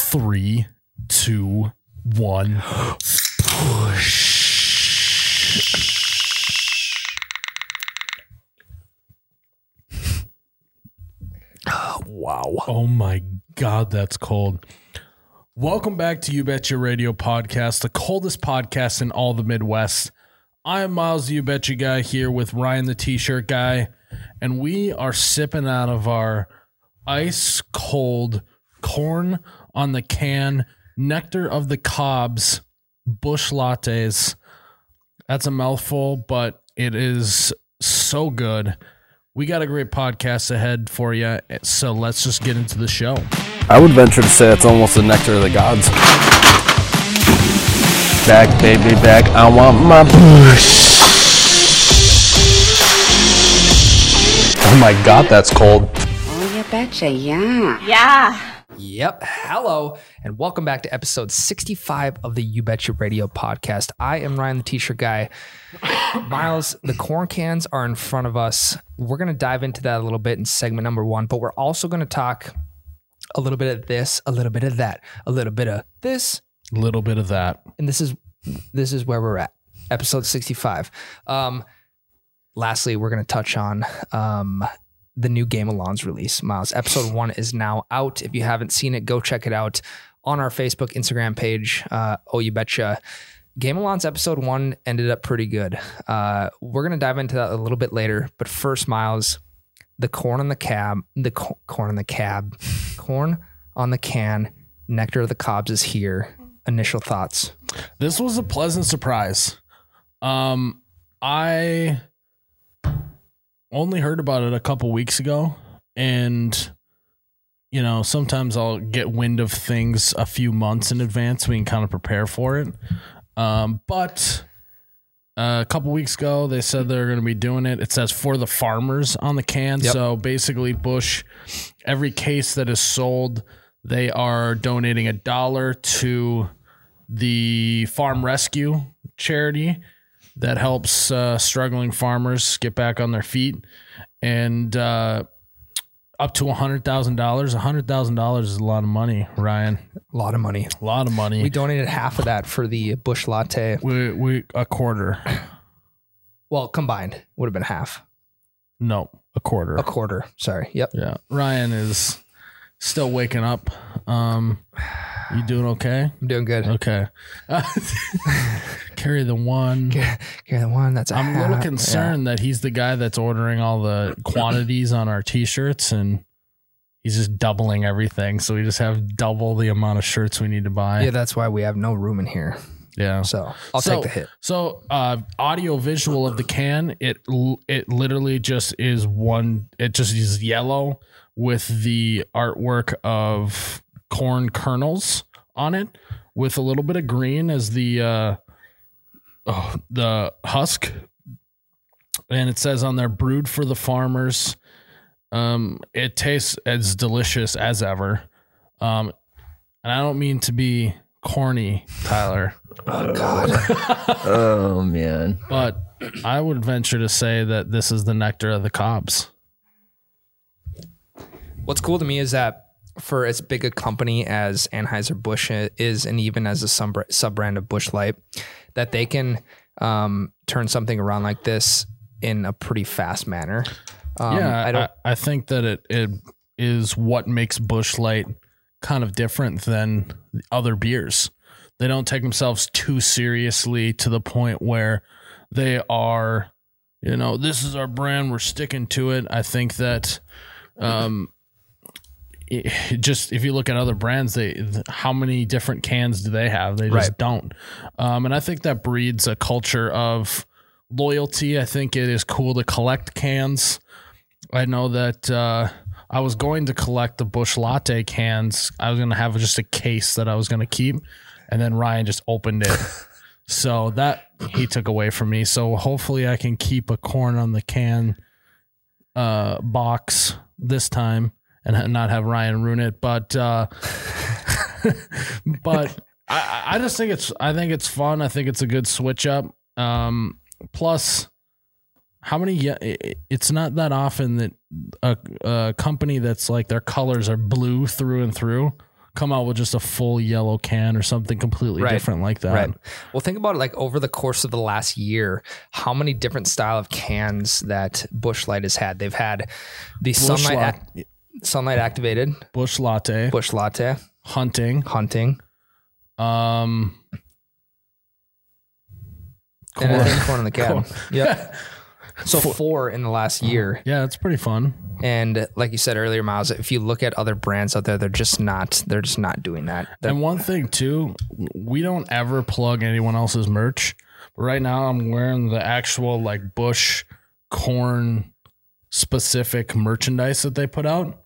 three, two, one. Wow. Oh my God, that's cold. Welcome back to You Betcha Radio Podcast, the coldest podcast in all the Midwest. I am Miles, the You Betcha guy, here with Ryan, the T shirt guy, and we are sipping out of our ice cold corn on the can, nectar of the cobs, bush lattes. That's a mouthful, but it is so good. We got a great podcast ahead for you, so let's just get into the show. I would venture to say it's almost the nectar of the gods. Back, baby, back. I want my push. Oh my god, that's cold. Oh, you betcha, yeah. Yep. Hello, and welcome back to episode 65 of the You Betcha Radio podcast. I am Ryan, the t shirt guy. Miles, the corn cans are in front of us. We're going to dive into that a little bit in segment number one, but we're also going to talk a little bit of this, a little bit of that, a little bit of this, little bit of that. and this is this is where we're at episode 65 um lastly we're going to touch on um the new game of lawns release miles episode one is now out if you haven't seen it go check it out on our facebook instagram page uh oh you betcha game of lawns episode one ended up pretty good uh we're going to dive into that a little bit later but first miles the corn on the cab the co- corn on the cab corn on the can nectar of the cobs is here initial thoughts This was a pleasant surprise. Um, I only heard about it a couple weeks ago, and you know, sometimes I'll get wind of things a few months in advance. We can kind of prepare for it. Um, but uh, a couple weeks ago, they said they're going to be doing it. It says for the farmers on the can. Yep. So basically, Bush, every case that is sold, they are donating a dollar to the farm rescue charity that helps uh, struggling farmers get back on their feet and uh, up to $100,000. $100,000 is a lot of money, Ryan. A lot of money. A lot of money. We donated half of that for the Bush Latte. we, we a quarter. Well, combined would have been half, No, a quarter. a quarter. Sorry. Yep. Yeah. Ryan is still waking up. Um you doing okay? I'm doing good. Okay. Uh, carry the one. You're the one that's. a I'm a little half. concerned that he's the guy that's ordering all the quantities on our t-shirts and he's just doubling everything. So we just have double the amount of shirts we need to Yeah. buy. Yeah, that's why we have no room in here. yeah. So I'll Oh. So- take the hit. So, uh, audio visual of the can, it l- it literally just is one. It just is yellow with the artwork of corn kernels on it, with a little bit of green as the uh, oh, the husk, and it says on there "brewed for the farmers." Um, it tastes as delicious as ever. Um, and I don't mean to be corny, Tyler. Oh man. But I would venture to say that this is the nectar of the cobs. What's cool to me is that for as big a company as Anheuser Busch is, and even as a sub sub brand of Bush Light, that they can um, turn something around like this in a pretty fast manner. Um, yeah, I don't. I, think that it, it is what makes Bush Light kind of different than other beers. They don't take themselves too seriously to the point where they are, you know, this is our brand. We're sticking to it. I think that, um, it- just if you look at other brands, they how many different cans do they have? They just Right. don't. Um, and I think that breeds a culture of loyalty. I think it is cool to collect cans. I know that uh, I was going to collect the Bush Latte cans. I was going to have just a case that I was going to keep, and then Ryan just opened it. so that he took away from me. So hopefully I can keep a corn on the can uh, box this time and ha- not have Ryan ruin it. But uh, but I, I I just think it's I think it's fun. I think it's a good switch up. Um, plus, how many? ye- i- i- It's not that often that a, a company that's like their colors are blue through and through come out with just a full yellow can or something completely Right. different like that. Right. Well, think about it like over the course of the last year, how many different style of cans that Bush Light has had. They've had the Bush, sunlight la- ac- sunlight activated, Bush latte, Bush Latte, hunting. hunting, Um, and I corn. think corn on the cob. Yep. So Four. four in the last year. yeah, it's pretty fun. And like you said earlier, Miles, if you look at other brands out there, they're just not they're just not doing that. They're- and one thing too, we don't ever plug anyone else's merch. But right now, I'm wearing the actual like Bush corn specific merchandise that they put out.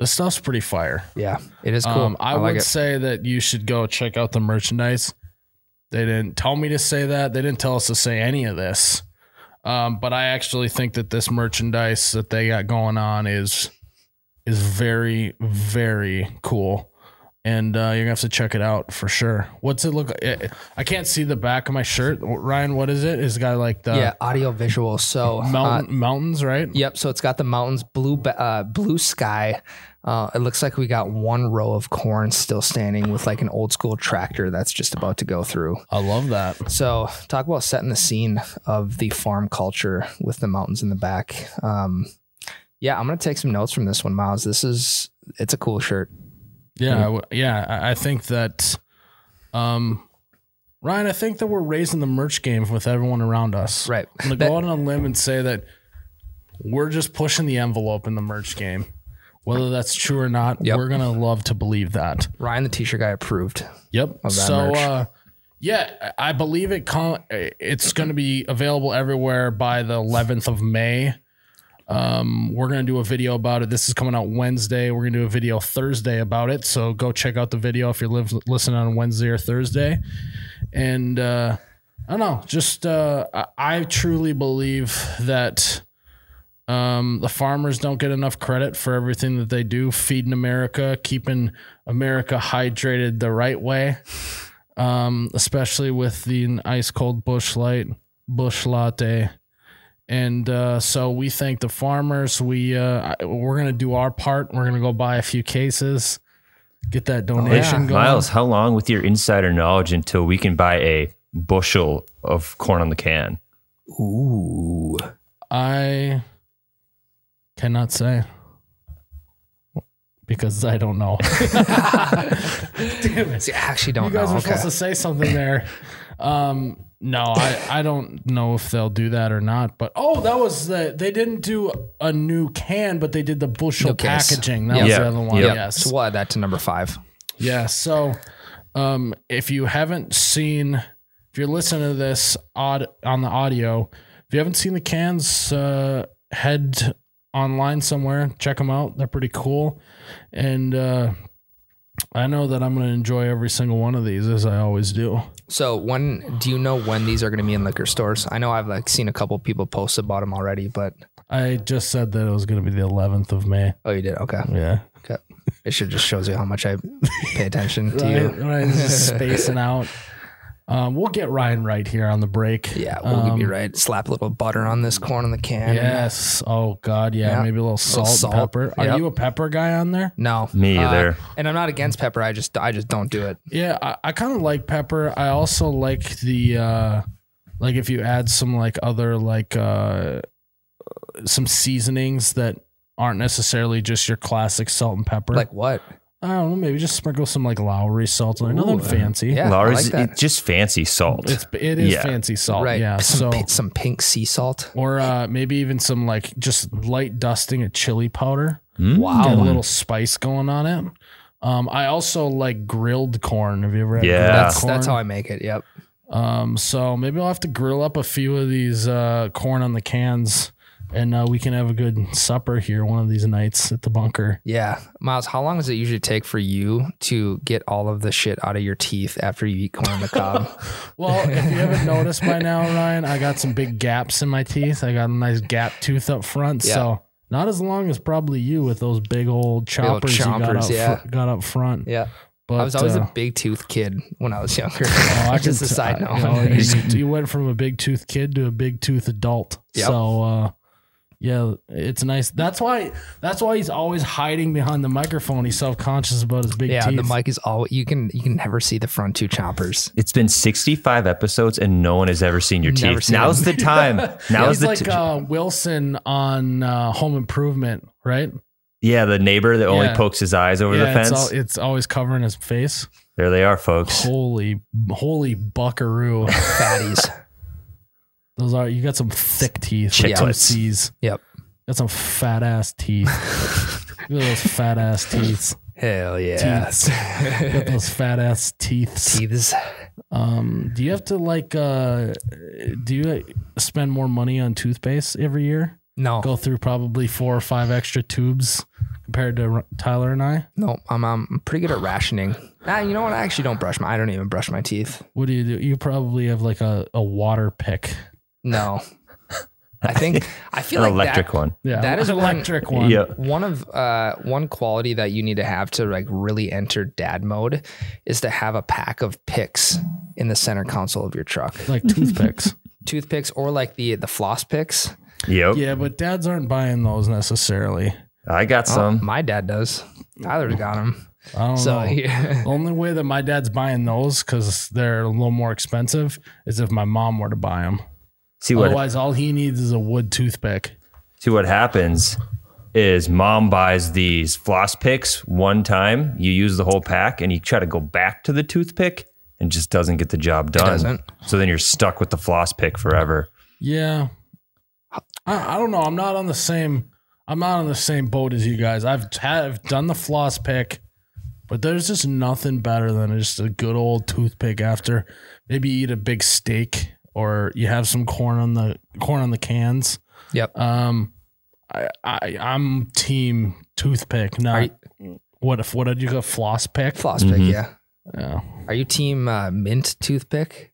This stuff's pretty fire. yeah, it is cool. Um, I, I, like would it. say that you should go check out the merchandise. They didn't tell me to say that. They didn't tell us to say any of this. Um, but I actually think that this merchandise that they got going on is is very very cool, and uh, you're gonna have to check it out for sure. What's it look? I I can't see the back of my shirt, Ryan. What is it? Is got like the yeah, audio visual. So uh, mountain mountains, right? Yep. So it's got the mountains, blue ba- uh, blue sky. Uh, it looks like we got one row of corn still standing with like an old school tractor that's just about to go through. I love that. So talk about setting the scene of the farm culture with the mountains in the back. Um, yeah, I'm gonna take some notes from this one, Miles. This is it's a cool shirt. Yeah, I w- yeah. I- I think that, um, Ryan, I think that we're raising the merch game with everyone around us. Right. I'm gonna go out on a limb and say that we're just pushing the envelope in the merch game. Whether that's true or not, Yep. we're gonna love to believe that. Ryan, the t-shirt guy, approved. Yep. that so, merch. uh, yeah, I I believe it. Con- it's going to be available everywhere by the 11th of May. Um, we're going to do a video about it. This is coming out Wednesday. We're going to do a video Thursday about it. So go check out the video if you're live, listening on Wednesday or Thursday. And uh, I don't know. Just uh, I, I truly believe that um, the farmers don't get enough credit for everything that they do, feeding America, keeping America hydrated the right way, um, especially with the ice cold bush light, bush latte. And uh, so we thank the farmers. We uh, I- we're gonna do our part. We're gonna go buy a few cases, get that donation going. Miles, how long with your insider knowledge until we can buy a bushel of corn on the can? Ooh. I cannot say because I don't know. Damn it. See, I actually You don't guys know. were Oh, Okay. supposed to say something there. Um, no, I, I don't know if they'll do that or not. But oh, that was the they didn't do a new can, but they did the bushel New case. packaging. That Yeah. was Yeah. the other one. Yeah. Yes, So we'll add that to number five. yeah. So, um, if you haven't seen, if you're listening to this odd on the audio, if you haven't seen the cans, uh, head online somewhere, check them out. They're pretty cool, and uh, I know that I'm going to enjoy every single one of these as I always do. So when do you know when these are going to be in liquor stores? I know I've like seen a couple people post about them already, but I just said that it was going to be the 11th of May. oh, you did okay. Yeah, okay. It should just shows you how much I pay attention to Ryan, you. Ryan's just spacing out. Um, we'll get Ryan right here on the break. Yeah, we'll Um, be right. Slap a little butter on this corn in the can. Yes. Oh God. Yeah. Yeah. Maybe a little salt, salt. and pepper. Are Yep. you a pepper guy on there? No, Me Uh, either. and I'm not against pepper. I just I just don't do it. Yeah. I, I kind of like pepper. I also like the uh like if you add some like other like uh some seasonings that aren't necessarily just your classic salt and pepper. Like what? I don't know. Maybe just sprinkle some like Lowry salt on it. Nothing Ooh, uh, fancy. Yeah, Lars, I like that. it's just fancy salt. It's it is Yeah. fancy salt. right. Oh, Yeah. Some So. pi- some pink sea salt. Or uh, maybe even some like just light dusting of chili powder. Mm. Get a Wow. little spice going on it. Um, I also like grilled corn. Have you ever had Yeah. grilled That's corn? that's how I make it. Yep. Um, so maybe I'll have to grill up a few of these uh, corn on the cans, and uh, we can have a good supper here one of these nights at the bunker. Yeah, Miles. How long does it usually take for you to get all of the shit out of your teeth after you eat corn on the cob? Well, if you haven't noticed by now, Ryan, I got some big gaps in my teeth. I got a nice gap tooth up front, Yeah. so not as long as probably you with those big old choppers, old you got chompers, up, yeah. fr- got up front. yeah. But, I was always uh, a big tooth kid when I was younger. Oh, I Just can a t- side I- oh, you, note. know, you- you went from a big tooth kid to a big tooth adult. Yep. So uh, Yeah, it's nice. That's why. That's why he's always hiding behind the microphone. He's self conscious about his big yeah, teeth. the mic is all you can. You can never see the front two chompers. It's been 65 episodes and no one has ever seen your Never teeth. seen Now's the time. Now's He's the like t- uh, Wilson on uh, Home Improvement, right? yeah, the neighbor that only yeah. pokes his eyes over yeah, the fence. It's, al- it's always covering his face. there they are, folks. Holy, holy buckaroo! Fatties. Those are you got some thick teeth. with Two Chicklets. C's. Yep. Got some fat ass teeth. Look at those fat ass teeth. Hell yeah. Got those fat ass teeth. Teeths. Um, do you have to like uh do you like, spend more money on toothpaste every year? No, Go through probably four or five extra tubes compared to R- Tyler and I. no, I'm, I'm pretty good at rationing. Nah, you know what? I actually don't brush my. I don't even brush my teeth. What do you do? You probably have like a, a water pick. No, I think I An feel like electric that, one. Yeah. That is an one- electric one. Yeah. One of uh, one quality that you need to have to like really enter dad mode is to have a pack of picks in the center console of your truck, Like toothpicks. toothpicks or like the the floss picks. Yep. yeah, but dads aren't buying those necessarily. I got Oh, some. my dad does. Tyler's got them. I don't So know. yeah. The only way that my dad's buying those because they're a little more expensive is if my mom were to buy them. See what Otherwise, all he needs is a wood toothpick. see what happens is mom buys these floss picks one time, you use the whole pack and you try to go back to the toothpick and just doesn't get the job done. doesn't. So then you're stuck with the floss pick forever. Yeah. I, I don't know. I'm not on the same. I'm not on the same boat as you guys. I've had, I've done the floss pick, but there's just nothing better than just a good old toothpick. After maybe you eat a big steak or you have some corn on the corn on the cans. Yep. Um, I, I I'm team toothpick. Are Not you- what if what did you go floss pick? floss pick. Mhm. Yeah. Yeah. Are you team uh, mint toothpick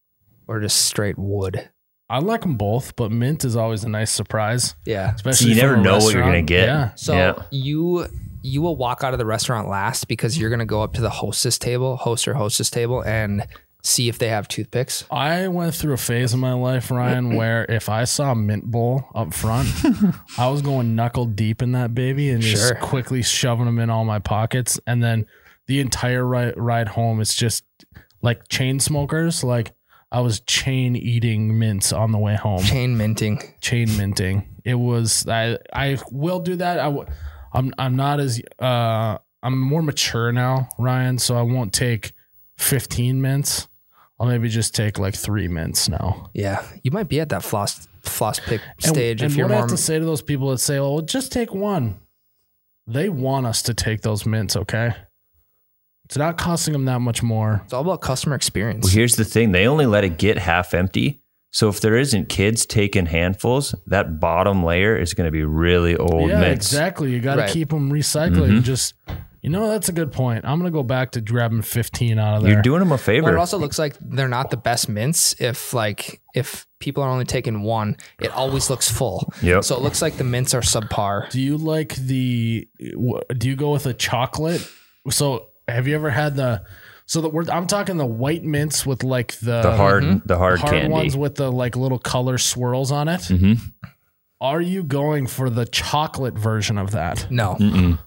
or just straight wood? I like them both, but mint is always a nice surprise. Yeah. Especially you never from a know what you're restaurant. gonna get. Yeah. So Yeah. you you will walk out of the restaurant last because you're gonna go up to the hostess table, host or hostess table, and see if they have toothpicks. I went through a phase in my life, Ryan, where if I saw a mint bowl up front, I was going knuckle deep in that baby and just Sure. quickly shoving them in all my pockets. And then the entire ride, ride home, it's just like chain smokers. Like I was chain eating mints on the way home, Chain minting. chain minting. It was, I, I will do that. I, w- I'm, I'm not as, uh, I'm more mature now, Ryan. So I won't take 15 mints. I'll maybe just take like three mints now Yeah. You might be at that floss floss pick and, stage and if you're what I more have to say to those people that say, "Well, just take one," they want us to take those mints. Okay, it's not costing them that much more. it's all about customer experience. Well, here's the thing: they only let it get half empty. So if there isn't kids taking handfuls, that bottom layer is going to be really old yeah, mints. exactly. You got to Right. keep them recycling. Just you know, that's a good point. I'm gonna go back to grabbing 15 out of there. You're doing them a Well, favor. it also looks like they're not the best mints if like if people are only taking one, it always looks full. Yep. So it looks like the mints are subpar. do you like the? wh- Do you go with a chocolate? So have you ever had the? So the we're, I'm talking the white mints with like Uh, mm-hmm. the the hard, the hard, hard candy. ones with the like little color swirls on it. Mhm. Are you going for the chocolate version of that? No. Mm-mm.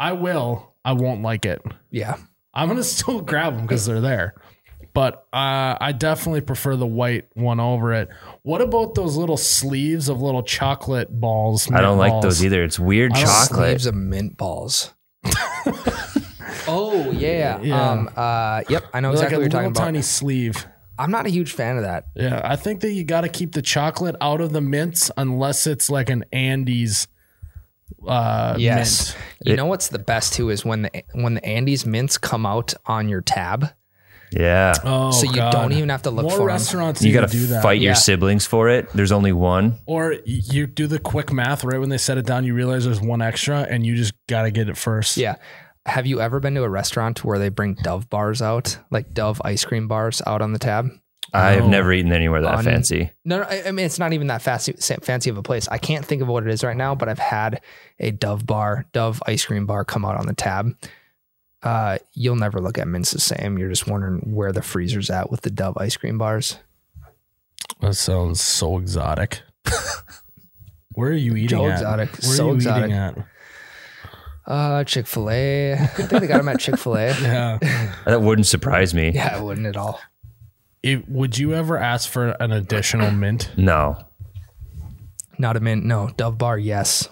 I will. I won't like it. Yeah. I'm gonna still grab them because they're there, but uh, I definitely prefer the white one over it. What about those little sleeves of little chocolate balls? I don't like balls? those either. It's weird I don't- chocolate. Sleeves of mint balls. oh yeah. Yeah. Um uh yep, I know They're like a exactly what you're little talking about. tiny sleeve. I'm not a huge fan of that. Yeah, I think that you got to keep the chocolate out of the mints unless it's like an Andes. Uh, Yes. You It- know what's the best too is when the when the Andes mints come out on your tab. Yeah. mint. Oh, so you God. don't even have to look More for 'em. restaurants you need got to to do that. fight Yeah. your siblings for it. There's only one. Or y- you do the quick math right when they set it down, you realize there's one extra and you just got to get it first. Yeah. Have you ever been to a restaurant where they bring Dove bars out, like Dove ice cream bars out on the tab? I've No. never eaten anywhere that On- fancy. No, no I, I mean it's not even that fancy, fancy of a place. I can't think of what it is right now, but I've had a Dove bar, Dove ice cream bar come out on the tab. Uh, you'll never look at mints the same. You're just wondering where the freezer's at with the Dove ice cream bars. That sounds so exotic. Where are you eating Joe at? Exotic. Where So are you exotic. eating at? Uh, Chick Fil A. I think they got them at Chick Fil A. Yeah. That wouldn't surprise me. Yeah, I wouldn't at all. It, would you ever ask for an additional mint? No. Not a mint. No, Dove Bar. Yes.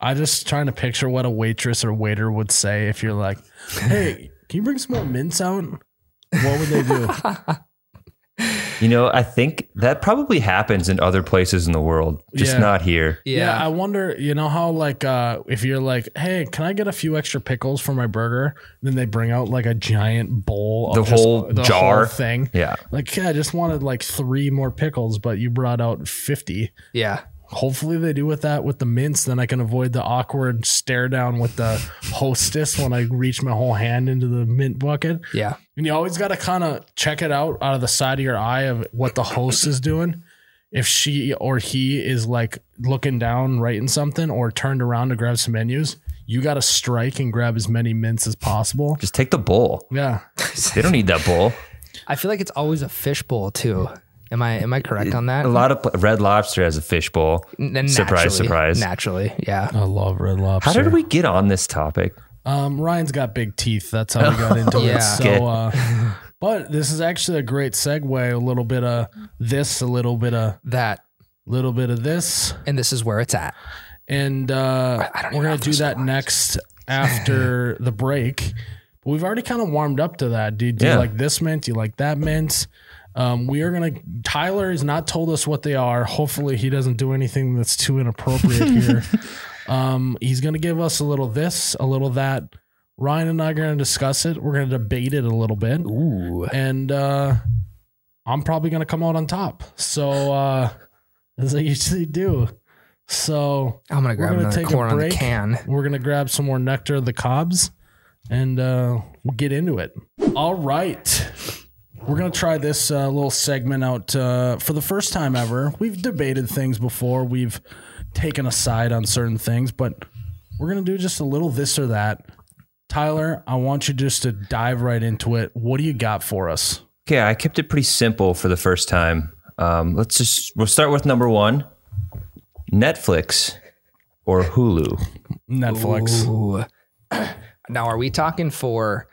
I just trying to picture what a waitress or waiter would say if you're like, "Hey, can you bring some more mints out?" What would they do? You know, I think that probably happens in other places in the world, just Yeah. not here. Yeah. Yeah. I wonder, you know how like uh if you're like, "Hey, can I get a few extra pickles for my burger?" Then they bring out like a giant bowl of The just- whole jar. thing. Yeah. Like, yeah, I just wanted like 3 more pickles, but you brought out 50. yeah. Hopefully they do with that with the mints, then I can avoid the awkward stare down with the hostess when I reach my whole hand into the mint bucket. Yeah. And you always got to kind of check it out out of the side of your eye of what the host is doing. If she or he is like looking down, writing something, or turned around to grab some menus, you got to strike and grab as many mints as possible. Just take the bowl. Yeah. They don't need that bowl. I feel like it's always a fishbowl too. Am I am I correct on that? A lot of pl- Red Lobster has a fishbowl. Mm, N- n- surprise, naturally- surprise. Naturally, yeah. I love red lobster. How did we get on this topic? Um, Ryan's got big teeth. That's how we got into Yeah. it. So, uh, but this is actually a great segue. A little bit of this, a little bit of That little bit of this. and this is where it's at. and uh, I- I don't we're even gonna have do those that next after the break. But we've already kind of warmed up to that. Do, do Yeah. you like this mint? Do you like that mint? Um, we are gonna. Tyler has not told us what they are. Hopefully, he doesn't do anything that's too inappropriate here. um, he's gonna give us a little this, a little that. Ryan and I are gonna discuss it. We're gonna debate it a little bit, Ooh. and uh, I'm probably gonna come out on top. So uh, as I usually do. So I'm gonna We're grab gonna another take a corn on the break. can. we're gonna grab some more nectar of the cobs and uh, we'll get into it all right we're gonna try this uh, little segment out uh, for the first time ever we've debated things before we've taken a side on certain things but we're gonna do just a little this or that tyler i want you just to dive right into it what do you got for us Okay, I kept it pretty simple for the first time. Um, let's just we'll start with number one: Netflix or Hulu. netflix Ooh. now, are we talking for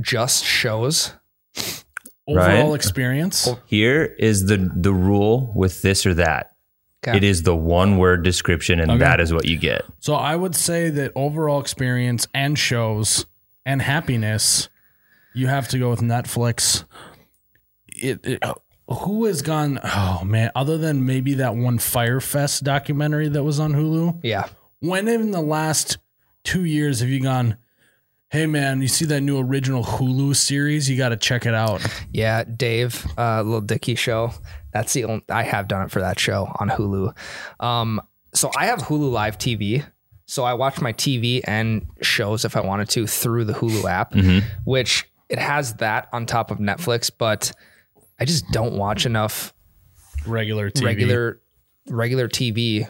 just shows? overall Ryan? experience Here is the the rule with this or that. Okay. It is the one word description, and that is what you get. So I would say that overall experience and shows and happiness, you have to go with Netflix. It, it who has gone? Oh man, other than maybe that one Firefest documentary that was on Hulu. Yeah. When in the last two years have you gone? Hey man, you see that new original Hulu series? You got to check it out. Yeah, Dave, uh, Little Dicky show. That's the only I have done it for that show on Hulu. Um, so I have Hulu Live TV. So I watch my TV and shows if I wanted to through the Hulu app, Mm-hmm. which it has that on top of Netflix, but I just don't watch enough Regular TV. regular regular TV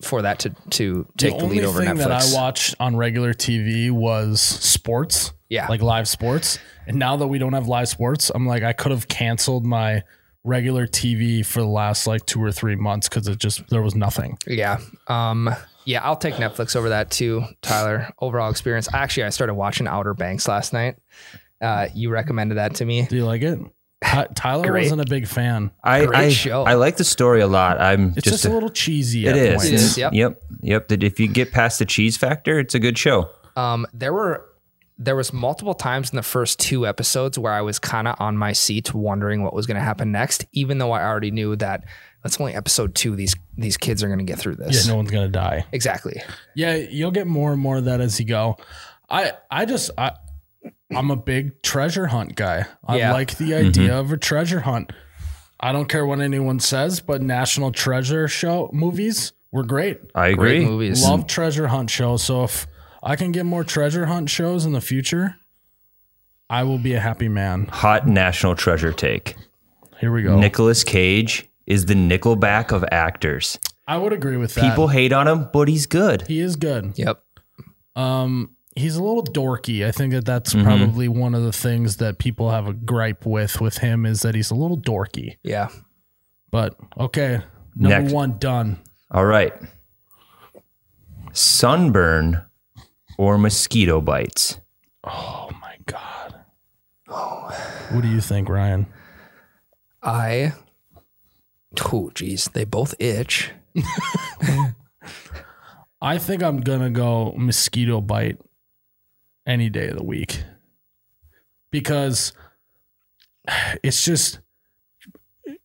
for that to to The take the, only lead over thing Netflix. that I watched on regular TV was sports. Yeah. like live sports. And now that we don't have live sports, I'm like, I could have canceled my regular TV for the last like two or three months because it just there was nothing. Yeah. Um yeah, I'll take Netflix over that too, Tyler. Overall experience. Actually, I started watching Outer Banks last night. Uh you recommended that to me. Do you like it? Ty- Tyler Great. wasn't a big fan. I Great I, show. I like the story a lot. I'm It's just, just a little cheesy. It at is. points. It is, yep. Yep. Yep. That if you get past the cheese factor, it's a good show. Um there were there was multiple times in the first two episodes where I was kind of on my seat wondering what was going to happen next, even though I already knew that that's only episode 2 these these kids are going to get through Yeah, this. no one's gonna die. Exactly. Yeah, you'll get more and more of that as you go. I I just I I'm a big treasure hunt guy. I Yeah. like the idea of a treasure hunt. I don't care what anyone says, but national treasure show movies were great. I Great agree. movies. Love treasure hunt shows. So if I can get more treasure hunt shows in the future, I will be a happy man. Hot national treasure take. Here we go. Nicolas Cage is the Nickelback of actors. I would agree with that. People hate on him, but he's good. he is good. Yep. Um, he's a little dorky. I think that that's probably one of the things that people have a gripe with with him is that he's a little dorky. Yeah. But okay, Number Next. one, done. All right. Sunburn or mosquito bites? Oh my god. What do you think, Ryan? I. Oh, geez. They both itch. I think I'm gonna go mosquito bite any day of the week because it's just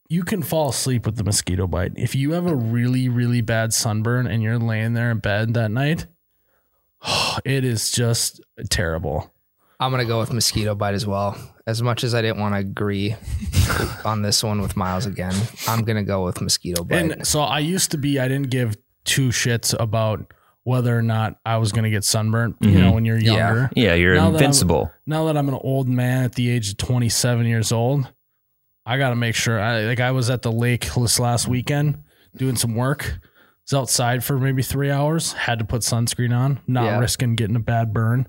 you can fall asleep with the mosquito bite. If you have a really really bad sunburn and you're laying there in bed that night, it is just terrible. I'm gonna go with mosquito bite as well. As much as I didn't want to agree on this one with Miles again, I'm gonna go with mosquito bite. And so I used to be, I didn't give two shits about whether or not I was going to get sunburnt, you know, when you're Yeah. younger. Yeah, you're Now that I'm- invincible. Now that I'm an old man at the age of 27 years old, I got to make sure. I like, I was at the lake this last weekend doing some work. Was outside for maybe three hours. Had to put sunscreen on, not Yeah. risking getting a bad burn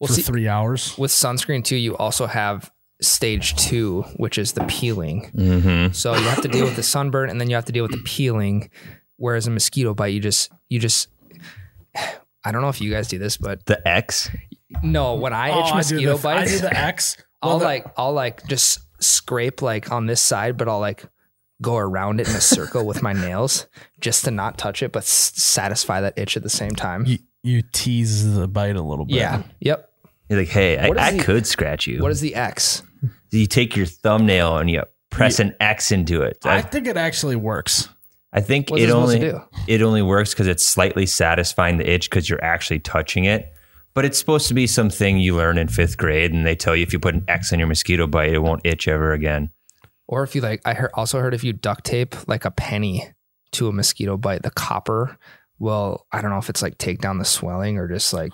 Well, for see- three hours. with sunscreen too, you also have stage two, which is the peeling. Mm-hmm. So you have to deal with the sunburn, and then you have to deal with the peeling. Whereas a mosquito bite, you just you just. I don't know if you guys do this, but The X. no. When I itch Oh, I do mosquito the, I do bites, the X. I'll Well, the- like I'll like just scrape like on this side, but I'll like go around it in a circle with my nails just to not touch it, but s- satisfy that itch at the same time. you, you tease the bite a little bit. Yeah. Yep. You're like, hey, I, What is I the- could scratch you. What is the X? you take your thumbnail and you press an X into it. I I, think it actually works. I think What's it it supposed only to do? it only works because it's slightly satisfying the itch because you're actually touching it. But it's supposed to be something you learn in fifth grade, and they tell you if you put an X on your mosquito bite, it won't itch ever again. Or if you like, I heard, also heard if you duct tape like a penny to a mosquito bite, the copper will, I don't know if it's like take down the swelling or just like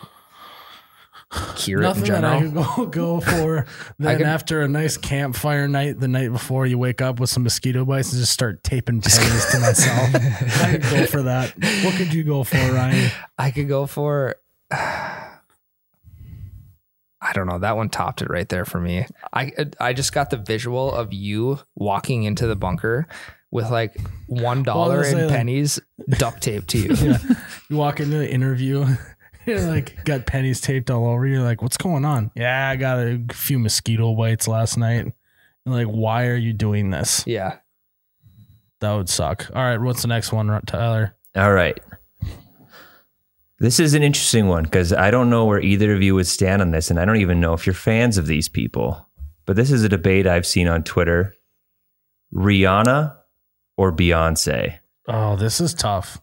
cure it in Nothing that I general. could go, go for. Then could- after a nice campfire night, the night before you wake up with some mosquito bites and just start taping pennies to myself. I could go for that. What could you go for, Ryan? I could go for, I don't know. That one topped it right there for me. I, I just got the visual of you walking into the bunker with like $1 gonna in say, like- pennies duct taped to you. Yeah. You walk into the interview, you're like got pennies taped all over you. You're like, what's going on? Yeah, I got a few mosquito bites last night. You're like, why are you doing this? yeah. That would suck. All right, what's the next one, Tyler? All right. This is an interesting one because I don't know where either of you would stand on this, and I don't even know if you're fans of these people. But this is a debate I've seen on Twitter Rihanna or Beyonce? Oh, this is tough.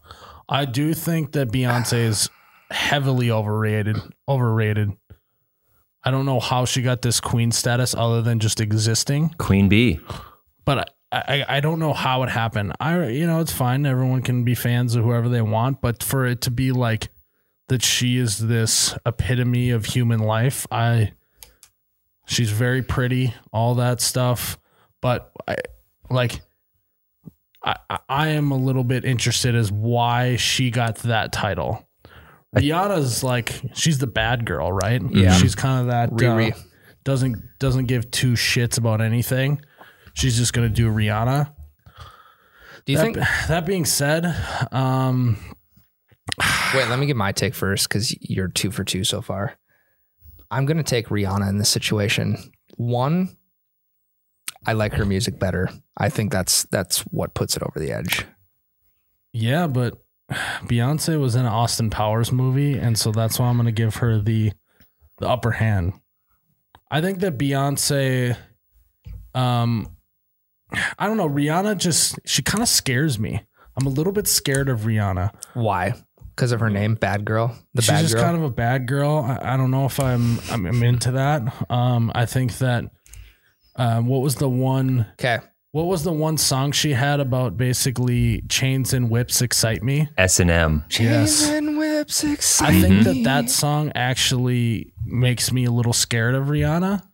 I do think that Beyonce is heavily overrated. Overrated. I don't know how she got this queen status other than just existing, Queen Bee. but I, I, I don't know how it happened. I you know it's fine. Everyone can be fans of whoever they want, but for it to be like that, she is this epitome of human life. I she's very pretty, all that stuff, but I like I, I- I am a little bit interested as why she got that title. Rihanna's like she's the bad girl, right? Yeah. she's kind of that uh, Riri. doesn't doesn't give two shits about anything. She's just gonna do Rihanna. Do you That, think, that being said, um, Wait, let me get my take first because you're two for two so far. I'm going to take Rihanna in this situation. One, I like her music better. I think that's that's what puts it over the edge. yeah, but Beyonce was in an Austin Powers movie, and so that's why I'm gonna give her the the upper hand. I think that Beyonce, um, I don't know, Rihanna just she kind of scares me. I'm a little bit scared of Rihanna. Why? Because of her name, Bad Girl. The she's Bad just Girl. kind of a bad girl. I, I don't know if I'm, I'm I'm into that. Um, I think that um, what was the one okay. what was the one song she had about basically chains and whips excite me? S and M. Yes. and whips I exciting. think that that song actually makes me a little scared of Rihanna,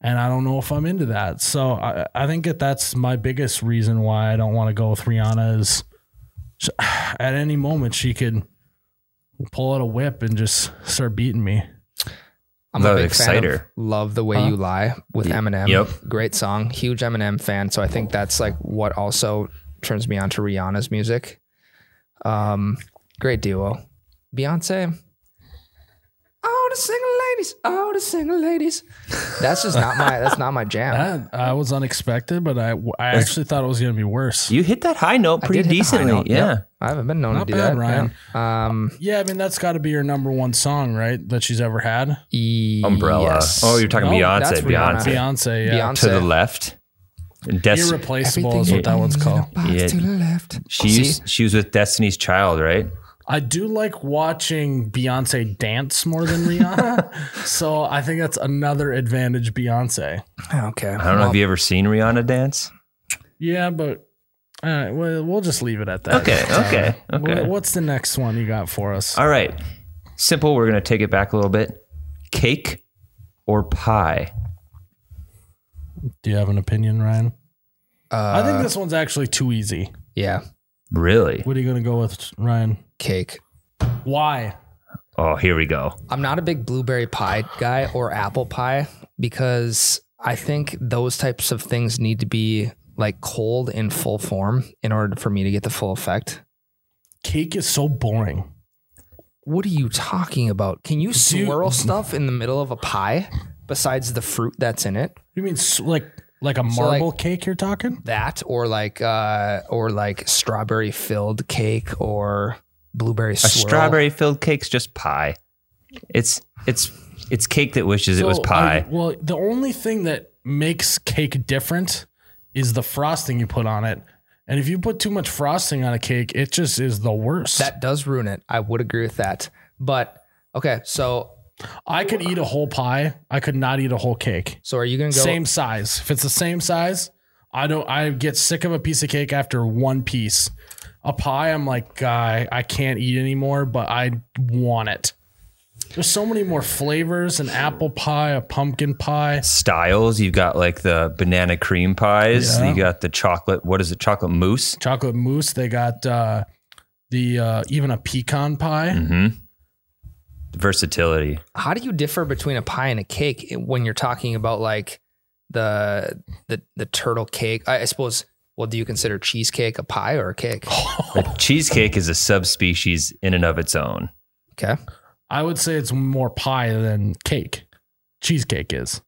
and I don't know if I'm into that. So I, I think that that's my biggest reason why I don't want to go with Rihanna is sh- at any moment she could pull out a whip and just start beating me. I'm Love a big fan of Exciter. Love the Way You Lie with Eminem. yep. Great song. Huge Eminem fan. So I think that's like what also turns me on to Rihanna's music. Um, great duo. Beyonce. All the single ladies, all the single ladies. That's just not my. That's not my jam. That I was unexpected, but I I actually thought it was gonna be worse. You hit that high note I pretty did hit the high decently. note, Yeah. yep. I haven't been known Not to do bad, that. Ryan. yeah. Um, Yeah, I mean that's got to be your number one song, right? That she's ever had. Umbrella. yes. Oh, you're talking No, Beyonce. that's Rihanna. Beyonce. Beyonce, yeah. Beyonce. To the left. Des- Irreplaceable is what that one's called. Yeah. To the left. she See? used, she was with Destiny's Child, right? I do like watching Beyonce dance more than Rihanna, so I think that's another advantage Beyonce. Okay. I don't know if you ever seen Rihanna dance. Yeah, but all right, well, we'll just leave it at that. Okay, okay, okay. Uh, Wh- What's the next one you got for us? All right. Simple. We're gonna take it back a little bit. Cake or pie? Do you have an opinion, Ryan? I Uh, think this one's actually too easy. yeah. Really? What are you going to go with, Ryan? Cake. Why? Oh, here we go. I'm not a big blueberry pie guy or apple pie because I think those types of things need to be like cold in full form in order for me to get the full effect. Cake is so boring. What are you talking about? Can you swirl stuff in the middle of a pie besides the fruit that's in it? You mean s- like like a So, marble like- cake you're talking? That or like uh or like strawberry filled cake or blueberry A swirl. strawberry filled cake's just pie. It's it's it's cake that wishes it was So, pie. I- well, the only thing that makes cake different is the frosting you put on it. And if you put too much frosting on a cake, it just is the worst. That does ruin it. I would agree with that. But okay, so I could eat a whole pie. I could not eat a whole cake. so are you gonna go Same size. If it's the same size, I don't. I get sick of a piece of cake after one piece. A pie, I'm like, guy, I can't eat anymore, but I want it. There's so many more flavors: an apple pie, a pumpkin pie. styles. You've got like the banana cream pies. Yeah. You got the chocolate. What is it? Chocolate mousse. chocolate mousse. They got uh, the uh, even a pecan pie. Versatility. how do you differ between a pie and a cake when you're talking about like the the the turtle cake? I, I suppose. Well, do you consider cheesecake a pie or a cake? Oh. But cheesecake is a subspecies in and of its own. Okay, I would say it's more pie than cake. Cheesecake is,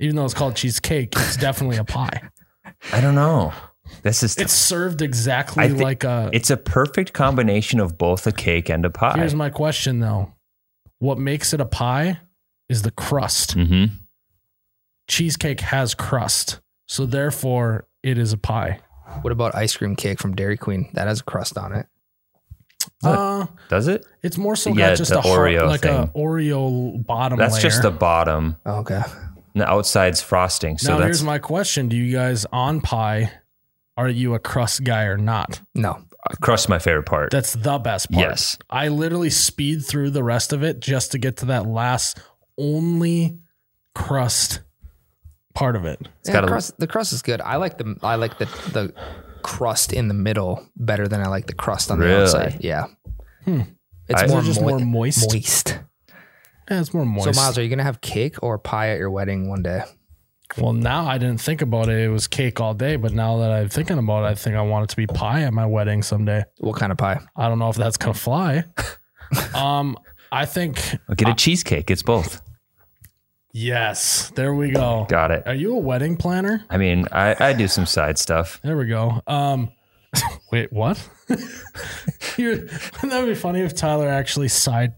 even though it's called cheesecake, it's definitely a pie. I don't know. This is It's it's, served exactly I thi- like a. a perfect combination of both a cake and a pie. here's my question though: What makes it a pie is the crust. hmm Cheesecake has crust, so therefore it is a pie. what about ice cream cake from Dairy Queen that has a crust on it? What? Uh, Does it? it's more so Yeah, got just the a hard- Oreo like a thing. Oreo bottom. That's just the layer. bottom. Okay, The outside's frosting. So now that's here's my question: Do you guys on pie? Are you a crust guy or not? no, crust my favorite part. That's the best part. Yes. I literally speed through the rest of it just to get to that last only crust part of it. Yeah, gotta- the, crust, the crust is good. I like the I like the the crust in the middle better than I like the crust on Really? the outside. Yeah, it's I- Hmm. Is more, it just moi- more moist? moist. Yeah, it's more So moist. Miles, are you gonna have cake or pie at your wedding one day? well, now I didn't think about it. It was cake all day, but now that I'm thinking about it, I think I want it to be pie at my wedding someday. What kind of pie? I don't know if that's gonna fly. um, I think Get a cheesecake. It's both. yes. There we go. Got it. Are you a wedding planner? I mean, I, I do some side stuff. There we go. Um, wait, what? You're, wouldn't that be funny if Tyler actually side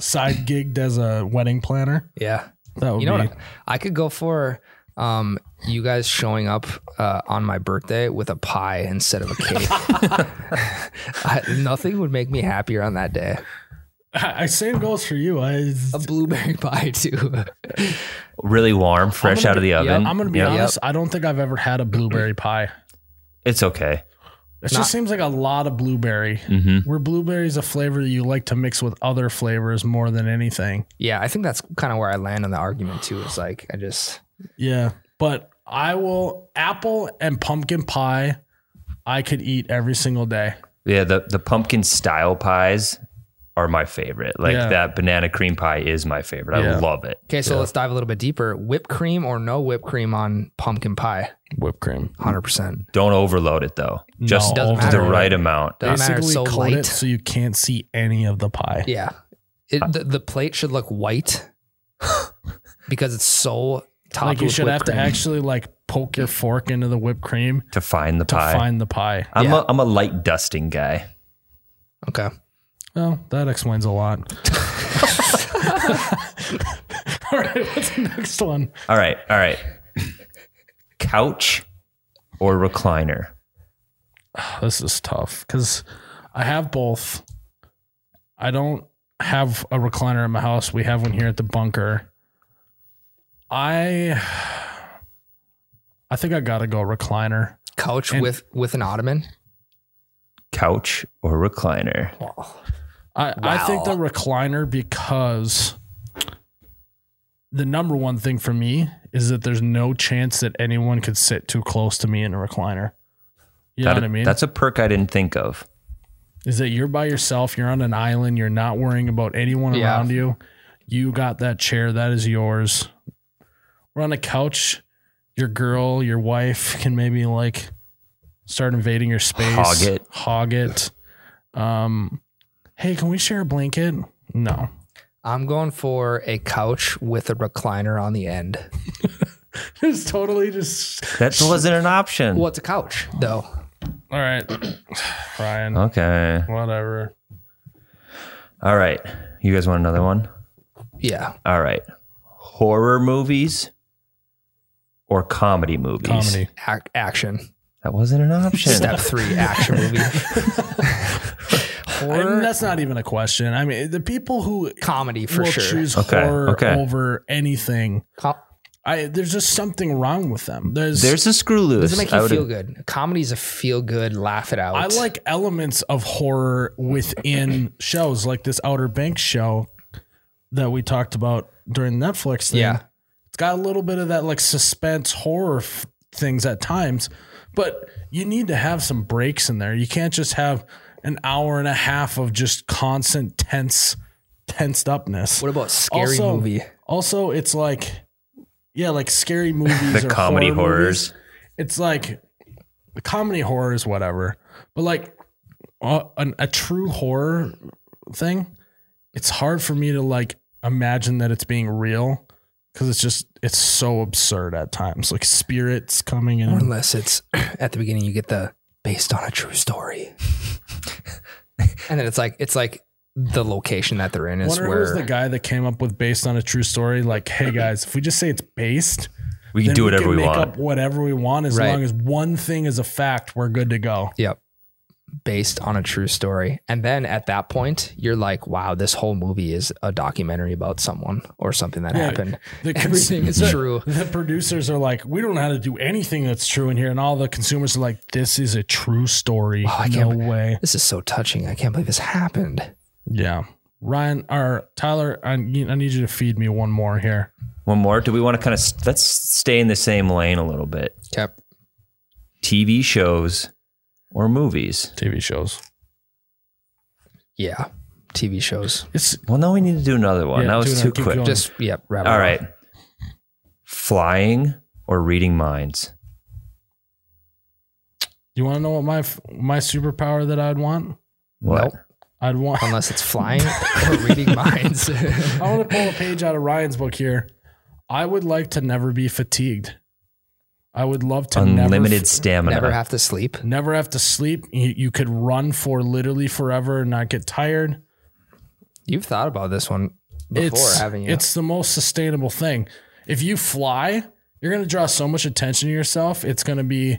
side gigged as a wedding planner? Yeah. That would You know be. what? I could go for um, you guys showing up uh, on my birthday with a pie instead of a cake. I, nothing would make me happier on that day. I, I- same goes for you. I, A blueberry pie too. Really warm, fresh gonna out of the Um, oven. I'm gonna be Yep. honest. I don't think I've ever had a blueberry pie. It's okay. It Not- just seems like a lot of blueberry. hmm Where blueberry is a flavor you like to mix with other flavors more than anything. yeah, I think that's kind of where I land on the argument too. It's like I just Yeah, but I will apple and pumpkin pie. I could eat every single day. Yeah, the, the pumpkin style pies are my favorite. Like Yeah. that banana cream pie is my favorite. Yeah. I love it. Okay, so let's dive a little bit deeper. Whipped cream or no whipped cream on pumpkin pie? Whipped cream. 100%. Don't overload it though. Just Doesn't over the matter. right amount. Doesn't matter, it's Basically, so coat light. it so you can't see any of the pie. Yeah. It, the, the plate should look white because it's so topped like you with should whipped have to cream. actually like poke your fork into the whipped cream to find the to pie. find the pie. I'm Yeah. a I'm a light dusting guy. Okay. Well, that explains a lot. All right, what's the next one? All right, all right. Couch or recliner? This is tough because I have both. I don't have a recliner in my house. We have one here at the bunker. I I think I gotta go recliner. Couch And- with with an ottoman. Couch or recliner? I, I think the Wow. recliner because the number one thing for me is that there's no chance that anyone could sit too close to me in a recliner. You know That- what I mean? That's a perk I didn't think of. is that you're by yourself, you're on an island, you're not worrying about anyone Yeah. around you. You got that chair, that is yours. We're on a couch, your girl, your wife can maybe like start invading your space. Hog it. Hog it. Um, hey, can we share a blanket? No. I'm going for a couch with a recliner on the end. It's totally just That wasn't an option. Well, it's a couch though. all right, Ryan. Okay. Whatever. All right. You guys want another one? Yeah. All right. Horror movies or comedy movies? Comedy. Ac- action. That wasn't an option. Step three action movie. I Horror mean, that's not even a question. I mean, the people who comedy for will sure. choose Okay, horror okay. over anything, Com- I there's just something wrong with them. There's, There's a screw loose. does it make I you would- feel good? Comedy's a feel good, laugh it out. I like elements of horror within shows, like this Outer Banks show that we talked about during Netflix. Thing. Yeah. it's got a little bit of that like suspense horror f- things at times, but you need to have some breaks in there. You can't just have an hour and a half of just constant tense, tensed upness. What about scary Also- movie? Also, it's like, yeah, like scary movies. the or comedy horror movies horrors. it's like the comedy horror is whatever, but like a, an, a true horror thing, it's hard for me to like imagine that it's being real because it's just it's so absurd at times. Like spirits coming Or in. unless it's at the beginning you get the based on a true story and then it's like it's like the location that they're in is Wonder who's where the guy that came up with based on a true story. Like, hey guys, if we just say it's based, We can then do whatever we, make want. Up whatever we want, as Right. long as one thing is a fact, we're good to go. yep based on a true story and then at that point you're like wow this whole movie is a documentary about someone or something that Yeah. happened The everything is the- true The producers are like, we don't know how to do anything that's true in here, and all the consumers are like, this is a true story. Oh, I no can't- way. this is so touching i can't believe this happened Yeah, Ryan or Tyler, I, need- I need you to feed me one more here. One more. Do we want to kind of st- let's stay in the same lane a little bit? yep TV shows or movies? TV shows. yeah tv shows It's Well, no, we need to do another one. Yeah, that do was another- too keep quick. going. just yep wrap it All up. right. Flying or reading minds? you want to know what my f- my superpower that I'd want? What? Nope. I'd want. I unless it's flying or reading minds want to pull a page out of Ryan's book here. I would like to never be fatigued. I would love to never Unlimited f- stamina. never have to sleep never have to sleep. You, you could run for literally forever and not get tired. You've thought about this one before, it's, haven't you? It's the most sustainable thing. If you fly, you're going to draw so much attention to yourself. It's going to be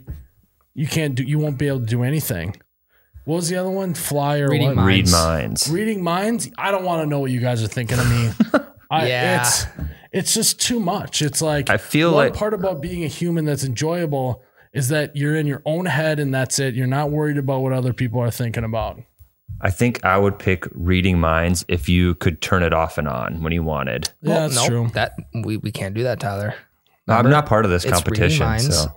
you can't do you won't be able to do anything. What was the other one? Fly or Reading what? minds. Read minds. Reading minds. I don't want to know what you guys are thinking of me. I, Yeah. it's it's just too much. It's like I feel one like- part about being a human that's enjoyable is that you're in your own head and that's it. You're not worried about what other people are thinking about. I think I would pick reading minds if you could turn it off and on when you wanted. yeah, that's nope, true. That we, we can't do that, Tyler. I'm not part of this It's reading competition, minds so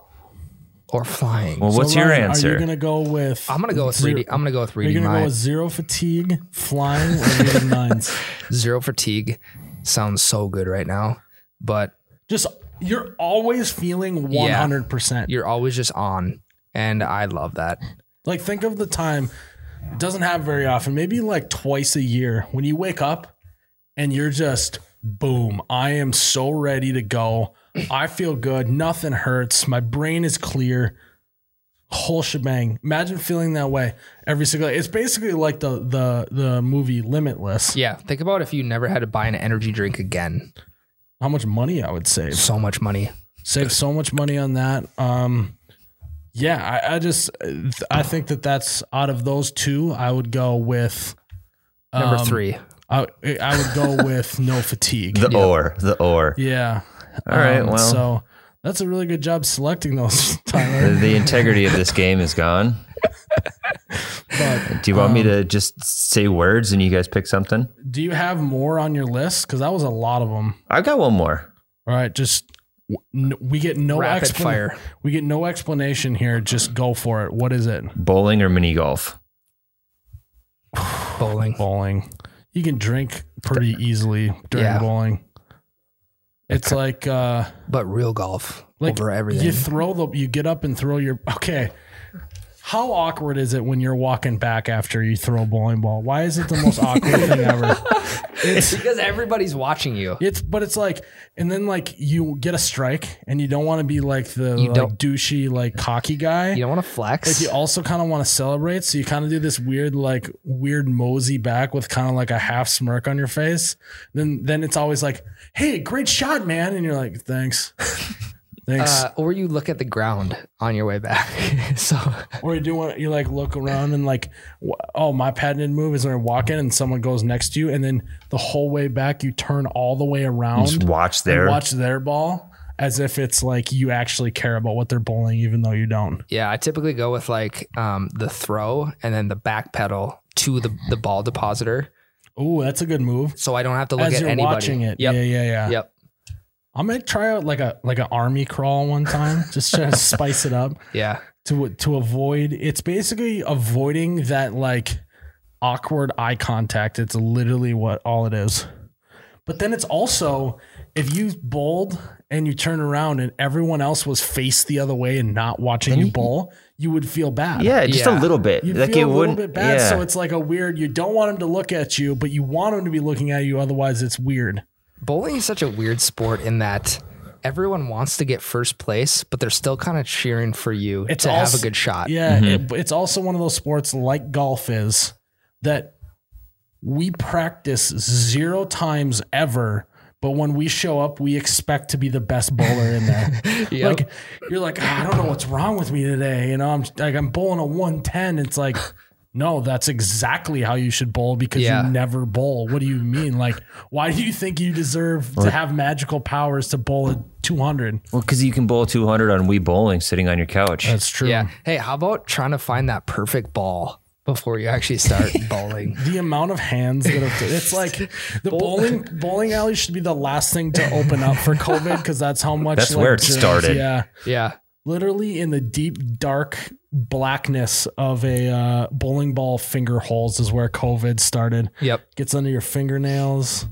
or flying. Well, what's So, your Ryan, Are answer? you gonna go with? I'm gonna go with zero- 3D. I'm gonna go with Are you 3D. gonna My go with zero fatigue, flying, or leading nines? zero fatigue sounds so good right now, but Just you're always feeling Yeah. one hundred percent. you're always just on, and I love that. Like think of the time. It doesn't happen very often. Maybe like twice a year when you wake up and you're just boom. I am so ready to go. I feel good. Nothing hurts. My brain is clear. Whole shebang. Imagine feeling that way every single. It's basically like the the the movie Limitless. Yeah, think about if you never had to buy an energy drink again. How much money I would save. So much money. save so much money on that. Um, yeah, I, I just I think that that's out of those two, I would go with Number um, three. I I would go with no fatigue. The or, the or. yeah. um, All right, well. so that's a really good job selecting those, The, Tyler. the integrity of this game is gone. But Do you want me to just say words and you guys pick something? do you have more on your list? Because that was a lot of them. I've got one more. All right, just n- we get no Rapid expla- fire. We get no explanation here. Just go for it. What is it? Bowling or mini golf? Bowling. bowling. You can drink pretty easily during Yeah. bowling. It's like uh But real golf like over everything. you throw the you get up and throw your okay. How awkward is it when you're walking back after you throw a bowling ball? Why is it the most awkward thing ever? It's because everybody's watching you. it's but it's like and then like you get a strike and you don't want to be like the You like, don't- douchey like cocky guy. You don't want to flex. Like you also kind of want to celebrate, so you kind of do this weird, like weird mosey back with kind of like a half smirk on your face. Then then it's always like, "Hey, great shot, man!" And you're like, "Thanks, thanks." Uh, or you look at the ground on your way back. so or you do want you like look around and like, wh- "Oh, my patented move is when I walk in and someone goes next to you, and then the whole way back you turn all the way around, Just watch and there. watch their ball." As if it's like you actually care about what they're bowling, even though you don't. yeah, I typically go with like um, the throw and then the back pedal to the, the ball depositor, Oh, that's a good move. so I don't have to look As at you're anybody. watching it, Yep. yeah, yeah, yeah. Yep. I'm gonna try out like a like an army crawl one time, just try to spice it up Yeah. to to avoid. It's basically avoiding that like awkward eye contact. It's literally what all it is. But then it's also if you bowled and you turn around and everyone else was faced the other way and not watching you bowl, you would feel bad. yeah, just a Yeah. little bit. You like feel it a little wouldn't. bit bad, yeah. so it's like a weird. You don't want them to look at you, but you want them to be looking at you. Otherwise, it's weird. Bowling is such a weird sport in that everyone wants to get first place, but they're still kind of cheering for you It's to have also- a good shot. Yeah, it- but it's also one of those sports like golf is that we practice zero times ever, but when we show up, we expect to be the best bowler in there. Yep. Like you're like, "Ah, I don't know what's wrong with me today. You know, I'm like I'm bowling a 110. It's like, no, that's exactly how you should bowl because Yeah. you never bowl. What do you mean? Like, why do you think you deserve to have magical powers to bowl a 200? Well, because you can bowl 200 on Wii Bowling sitting on your couch. That's true. yeah. Hey, how about trying to find that perfect ball before you actually start bowling? the amount of hands that have it's like the bowling bowling alley should be the last thing to open up for covid because that's how much That's like, where it germs- started. yeah Yeah. literally in the deep dark blackness of a uh, bowling ball finger holes is where covid started Yep. gets under your fingernails,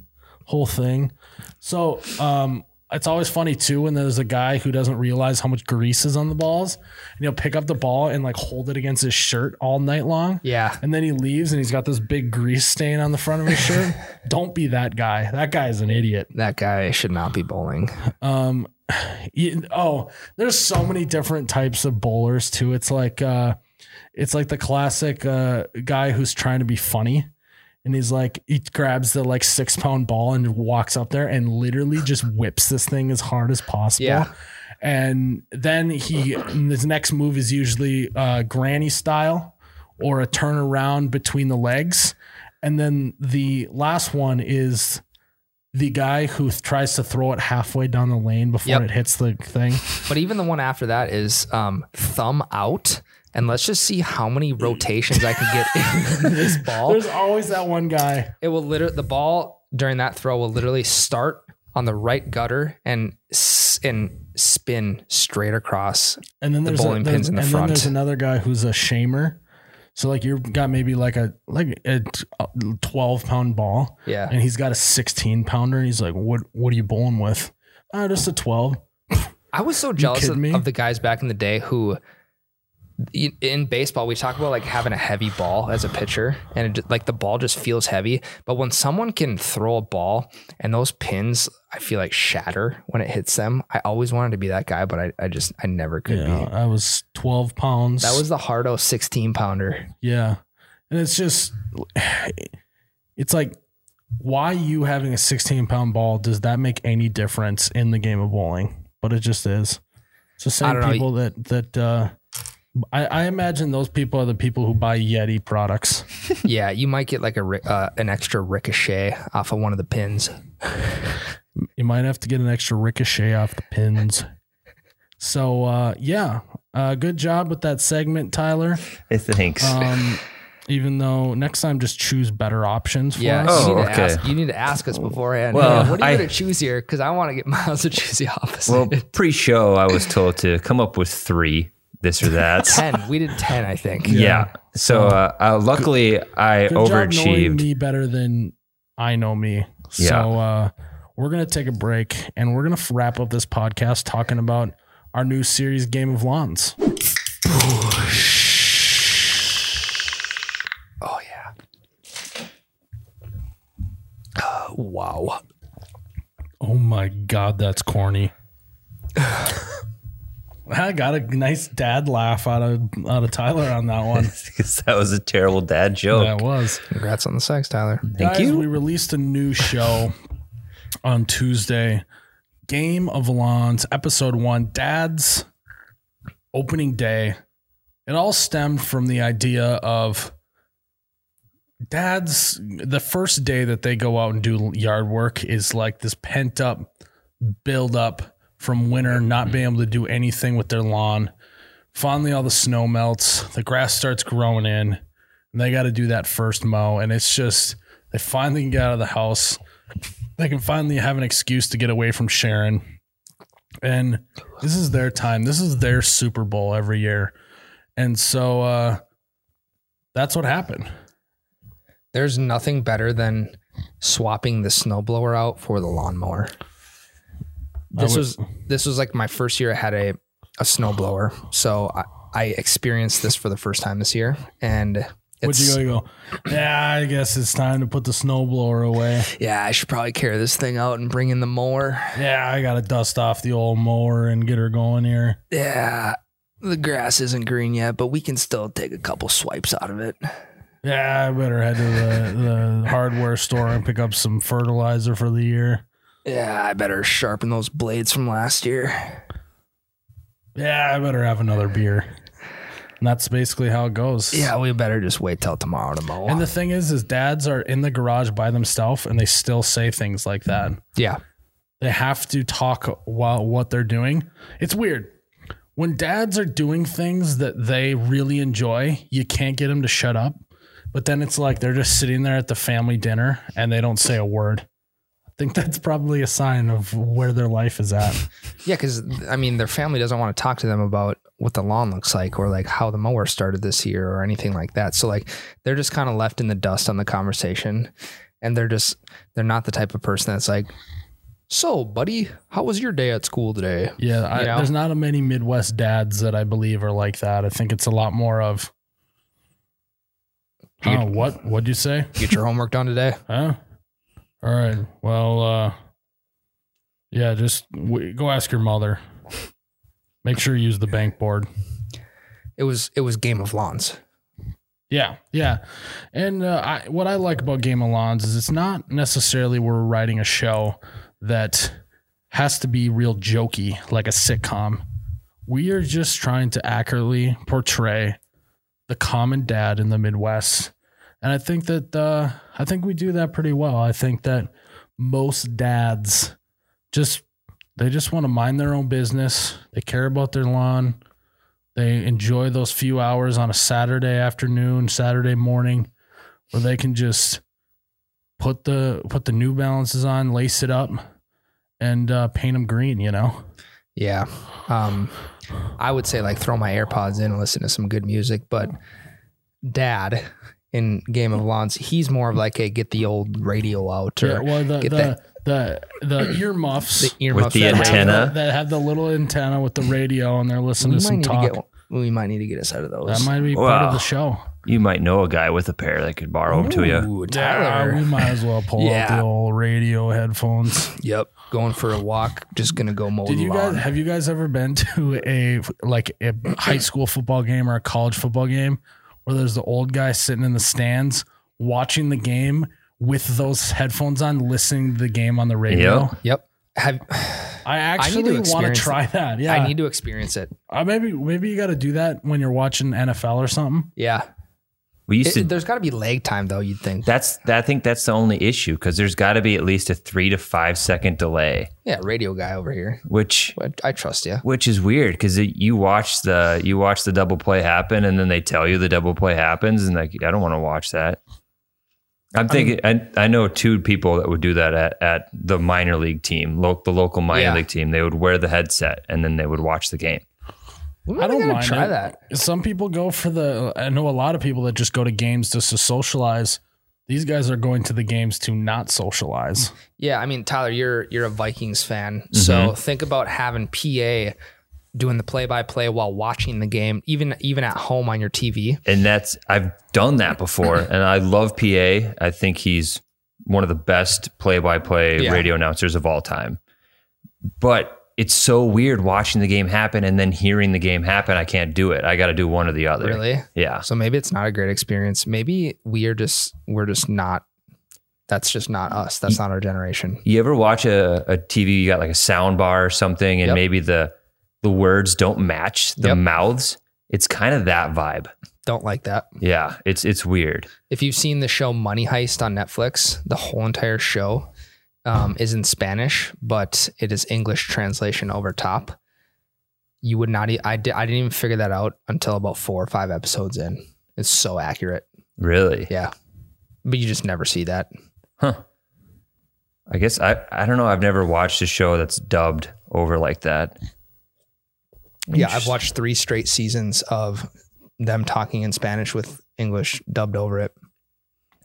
whole thing. So um, it's always funny too when there's a guy who doesn't realize how much grease is on the balls, and he'll pick up the ball and like hold it against his shirt all night long. Yeah. and then he leaves and he's got this big grease stain on the front of his shirt. Don't be that guy. That guy is an idiot. That guy should not be bowling. Um, you- oh, there's so many different types of bowlers too. It's like uh, it's like the classic uh, guy who's trying to be funny, and he's like he grabs the like six pound ball and walks up there and literally just whips this thing as hard as possible. Yeah. And then he his next move is usually uh, granny style or a turnaround between the legs. And then the last one is the guy who th- tries to throw it halfway down the lane before Yep. it hits the thing. But even the one after that is um, thumb out. And let's just see how many rotations I can get in this ball. There's always that one guy. It will literally, the ball during that throw will literally start on the right gutter and s- and spin straight across. And then The there's bowling a, there's- pins in the and front. Then there's another guy who's a shamer. So like you've got maybe like a like a t- a twelve pound ball, Yeah. and he's got a sixteen pounder, and he's like, "What what are you bowling with? Ah, just a 12. I was so jealous kidding of, me? of the guys back in the day who in- in baseball we talk about like having a heavy ball as a pitcher and it, ju- like the ball just feels heavy but when someone can throw a ball and those pins i feel like shatter when it hits them i always wanted to be that guy but i, I just i never could yeah, be I was twelve pounds. that was the hardo 16 pounder yeah, and it's just it's like why you having a sixteen pound ball does that make any difference in the game of bowling? But it just is. It's the I same don't know. people that that uh, I, I imagine those people are the people who buy Yeti products. yeah you might get like a ri- uh, an extra ricochet off of one of the pins You might have to get an extra ricochet off the pins. So uh, yeah, uh, good job with that segment, Tyler. Thanks. Oh, Um, even though next time just choose better options for yeah us. Oh, you, need to okay. ask, you need to ask us beforehand Well, "Hey, what are you I- going to choose here because i want to get miles to choose the opposite well, pre-show I was told to come up with three this or that. 10. We did 10, I think. yeah. So uh, uh, luckily I Good job knowing overachieved. me better than I know me. So Yeah. uh, we're gonna take a break and we're gonna f- wrap up this podcast talking about our new series, Game of Lawns. Oh, yeah. Uh, wow. Oh my god, that's corny. I got a nice dad laugh out of out of Tyler on that one. 'Cause that was a terrible dad joke. that was. Congrats on the sex, Tyler. Guys, we released a new show on Tuesday. Game of Lawns, episode one, Dad's opening day. It all stemmed from the idea of dad's the first day that they go out and do yard work is like this pent up build up from winter not being able to do anything with their lawn. Finally all the snow melts, the grass starts growing in, and they got to do that first mow and it's just they finally can get out of the house. They can finally have an excuse to get away from Sharon. And this is their time. This is their Super Bowl every year. And so uh, that's what happened. There's nothing better than swapping the snowblower out for the lawnmower. This would- was this was like my first year I had a a snowblower. So I, I experienced this for the first time this year and Would it's, you go? You go. Yeah, I guess it's time to put the snowblower away. yeah, I should probably carry this thing out and bring in the mower. Yeah, I gotta dust off the old mower and get her going here. Yeah, the grass isn't green yet, but we can still take a couple swipes out of it. Yeah, I better head to the, the hardware store and pick up some fertilizer for the year. Yeah, I better sharpen those blades from last year. Yeah, I better have another beer. And that's basically how it goes. Yeah, we better just wait till tomorrow to mow. And the thing is, is dads are in the garage by themselves and they still say things like that. yeah, They have to talk while what they're doing. It's weird. When dads are doing things that they really enjoy, you can't get them to shut up. But then it's like they're just sitting there at the family dinner and they don't say a word. I think that's probably a sign of where their life is at. yeah, because I mean, their family doesn't want to talk to them about what the lawn looks like or like how the mower started this year or anything like that. So like, they're just kind of left in the dust on the conversation, and they're just they're not the type of person that's like, "So, buddy, how was your day at school today?" Yeah, I, You know? there's not a many Midwest dads that I believe are like that. I think it's a lot more of, You- oh, what? What'd you say? Get your homework done today. Huh? All right. Well, uh, yeah, just w- go ask your mother. Make sure you use the bank board. It was it was game of lawns. Yeah, yeah. And uh, I, what I like about Game of Lawns is it's not necessarily we're writing a show that has to be real jokey like a sitcom. We are just trying to accurately portray the common dad in the Midwest, and I think that uh, I think we do that pretty well. I think that most dads just they just want to mind their own business. They care about their lawn. They enjoy those few hours on a Saturday afternoon, Saturday morning, where they can just put the put the New Balances on, lace it up, and uh, paint them green. You know, Yeah. Um, I would say like throw my AirPods in and listen to some good music, but dad in Game of Lawns, he's more of like a get the old radio out or Yeah, well, the, get the, that- the, the earmuffs. the earmuffs. the that have- antenna. Have the- that have the little antenna with the radio and they're We listening to might, some need to talk. get, we might need to get us out of those. that might be part of Wow. the show. You might know a guy with a pair that could borrow them to you. Ooh, Yeah, Tyler. we might as well pull out Yeah. the old radio headphones. Yep. Going for a walk. Just going to go mow Did the you lawn. guys have you guys ever been to a like a high school football game or a college football game where there's the old guy sitting in the stands watching the game with those headphones on, listening to the game on the radio? yep. Have, I need actually want to to experience try that. Yeah, I need to experience it. Uh, maybe maybe you got to do that when you're watching NFL or something. Yeah. We used It- to. there's got to be lag time though. You'd think. That's. I think that's the only issue because there's got to be at least a three to five second delay, yeah, radio guy over here. which But I trust you. which is weird because you watch the you watch the double play happen and then they tell you the double play happens and like I don't want to watch that. I'm thinking I, I know two people that would do that at, at the minor league team, lo- the local minor Yeah. league team. They would wear the headset and then they would watch the game. We I don't gotta mind try it. that. Some people go for the. I know a lot of people that just go to games just to socialize. These guys are going to the games to not socialize. Yeah, I mean, Tyler, you're you're a Vikings fan, so think about having PA doing the play by play while watching the game, even even at home on your TV. And that's I've done that before and I love PA. I think he's one of the best play by play Yeah. radio announcers of all time. But it's so weird watching the game happen and then hearing the game happen. I can't do it. I got to do one or the other. Really? Yeah. So maybe it's not a great experience. Maybe we're just we're just not. That's just not us. That's not our generation. You ever watch a, a TV, you got like a sound bar or something, and Yep. maybe the the words don't match the Yep. mouths? It's kind of that vibe. Don't like that. Yeah. It's it's weird. If you've seen the show Money Heist on Netflix, the whole entire show um, is in Spanish, but it is English translation over top. You would not. E- I di- I didn't even figure that out until about four or five episodes in. It's so accurate, Really. yeah. But you just never see that. I guess I, I don't know. I've never watched a show that's dubbed over like that. Yeah, I've watched three straight seasons of them talking in Spanish with English dubbed over it.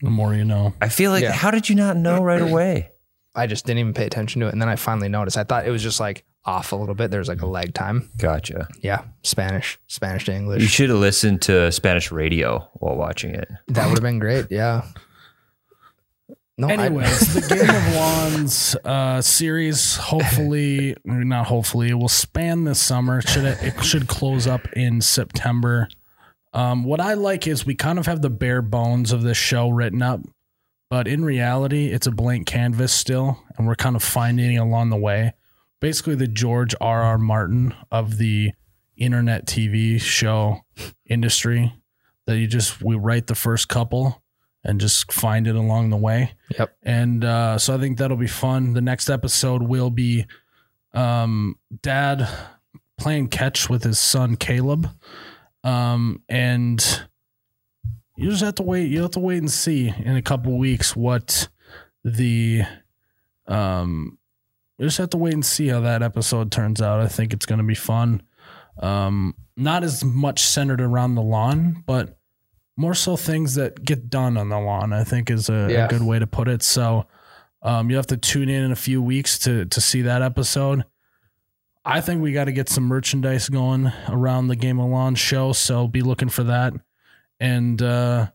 The more you know. I feel like Yeah. how did you not know right away? I just didn't even pay attention to it, and then I finally noticed. I thought it was just like off a little bit. There's like a lag time. Gotcha. Yeah, Spanish, Spanish to English. You should have listened to Spanish radio while watching it. That would have been great. Yeah. No, I- Anyways, the Game of Wands uh, series, hopefully, or not hopefully, it will span this summer. Should it, it should close up in September. Um, what I like is we kind of have the bare bones of this show written up, but in reality, it's a blank canvas still, and we're kind of finding along the way. Basically, the George R. R. Martin of the internet TV show industry that you just we write the first couple and just find it along the way. Yep. And uh, so I think that'll be fun. The next episode will be um, dad playing catch with his son Caleb, um, and you just have to wait. You have to wait and see in a couple weeks what the um, you just have to wait and see how that episode turns out. I think it's going to be fun. Um, not as much centered around the lawn, but more so things that get done on the lawn. I think is a, a Yeah. good way to put it. So um, you have to tune in in a few weeks to to see that episode. I think we got to get some merchandise going around the Game of Lawn show, so be looking for that. And uh,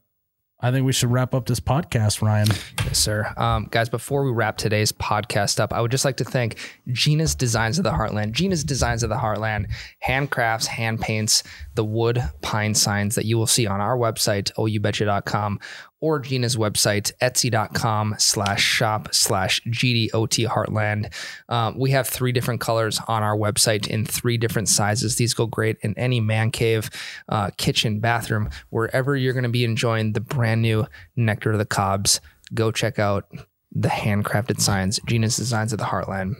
I think we should wrap up this podcast, Ryan. Yes, sir. Um, guys, before we wrap today's podcast up, I would just like to thank Gina's Designs of the Heartland. Gina's Designs of the Heartland handcrafts, hand paints the wood pine signs that you will see on our website, oubetcha.com, or Gina's website, etsy.com slash shop slash GDOT Heartland. Um, we have three different colors on our website in three different sizes. These go great in any man cave, uh, kitchen, bathroom, wherever you're going to be enjoying the brand new Nectar of the Cobs go check out the handcrafted signs, Genius Designs of the Heartland.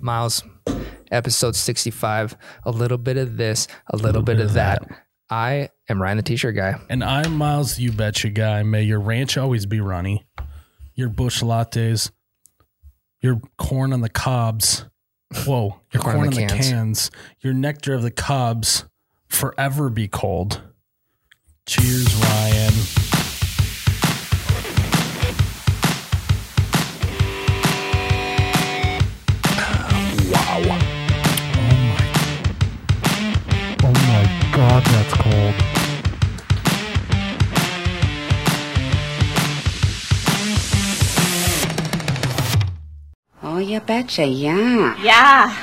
Miles, episode 65, a little bit of this, a little bit of that. I am Ryan the T shirt guy. And I'm Miles, you betcha guy. May your ranch always be runny, your bush lattes, your corn on the cobs, Whoa, your corn, Corn in in the the cans. cans. your nectar of the cobs forever be cold. Cheers, Ryan. Wow. Oh my. Oh my god, that's cold. Oh, you betcha, yeah. Yeah.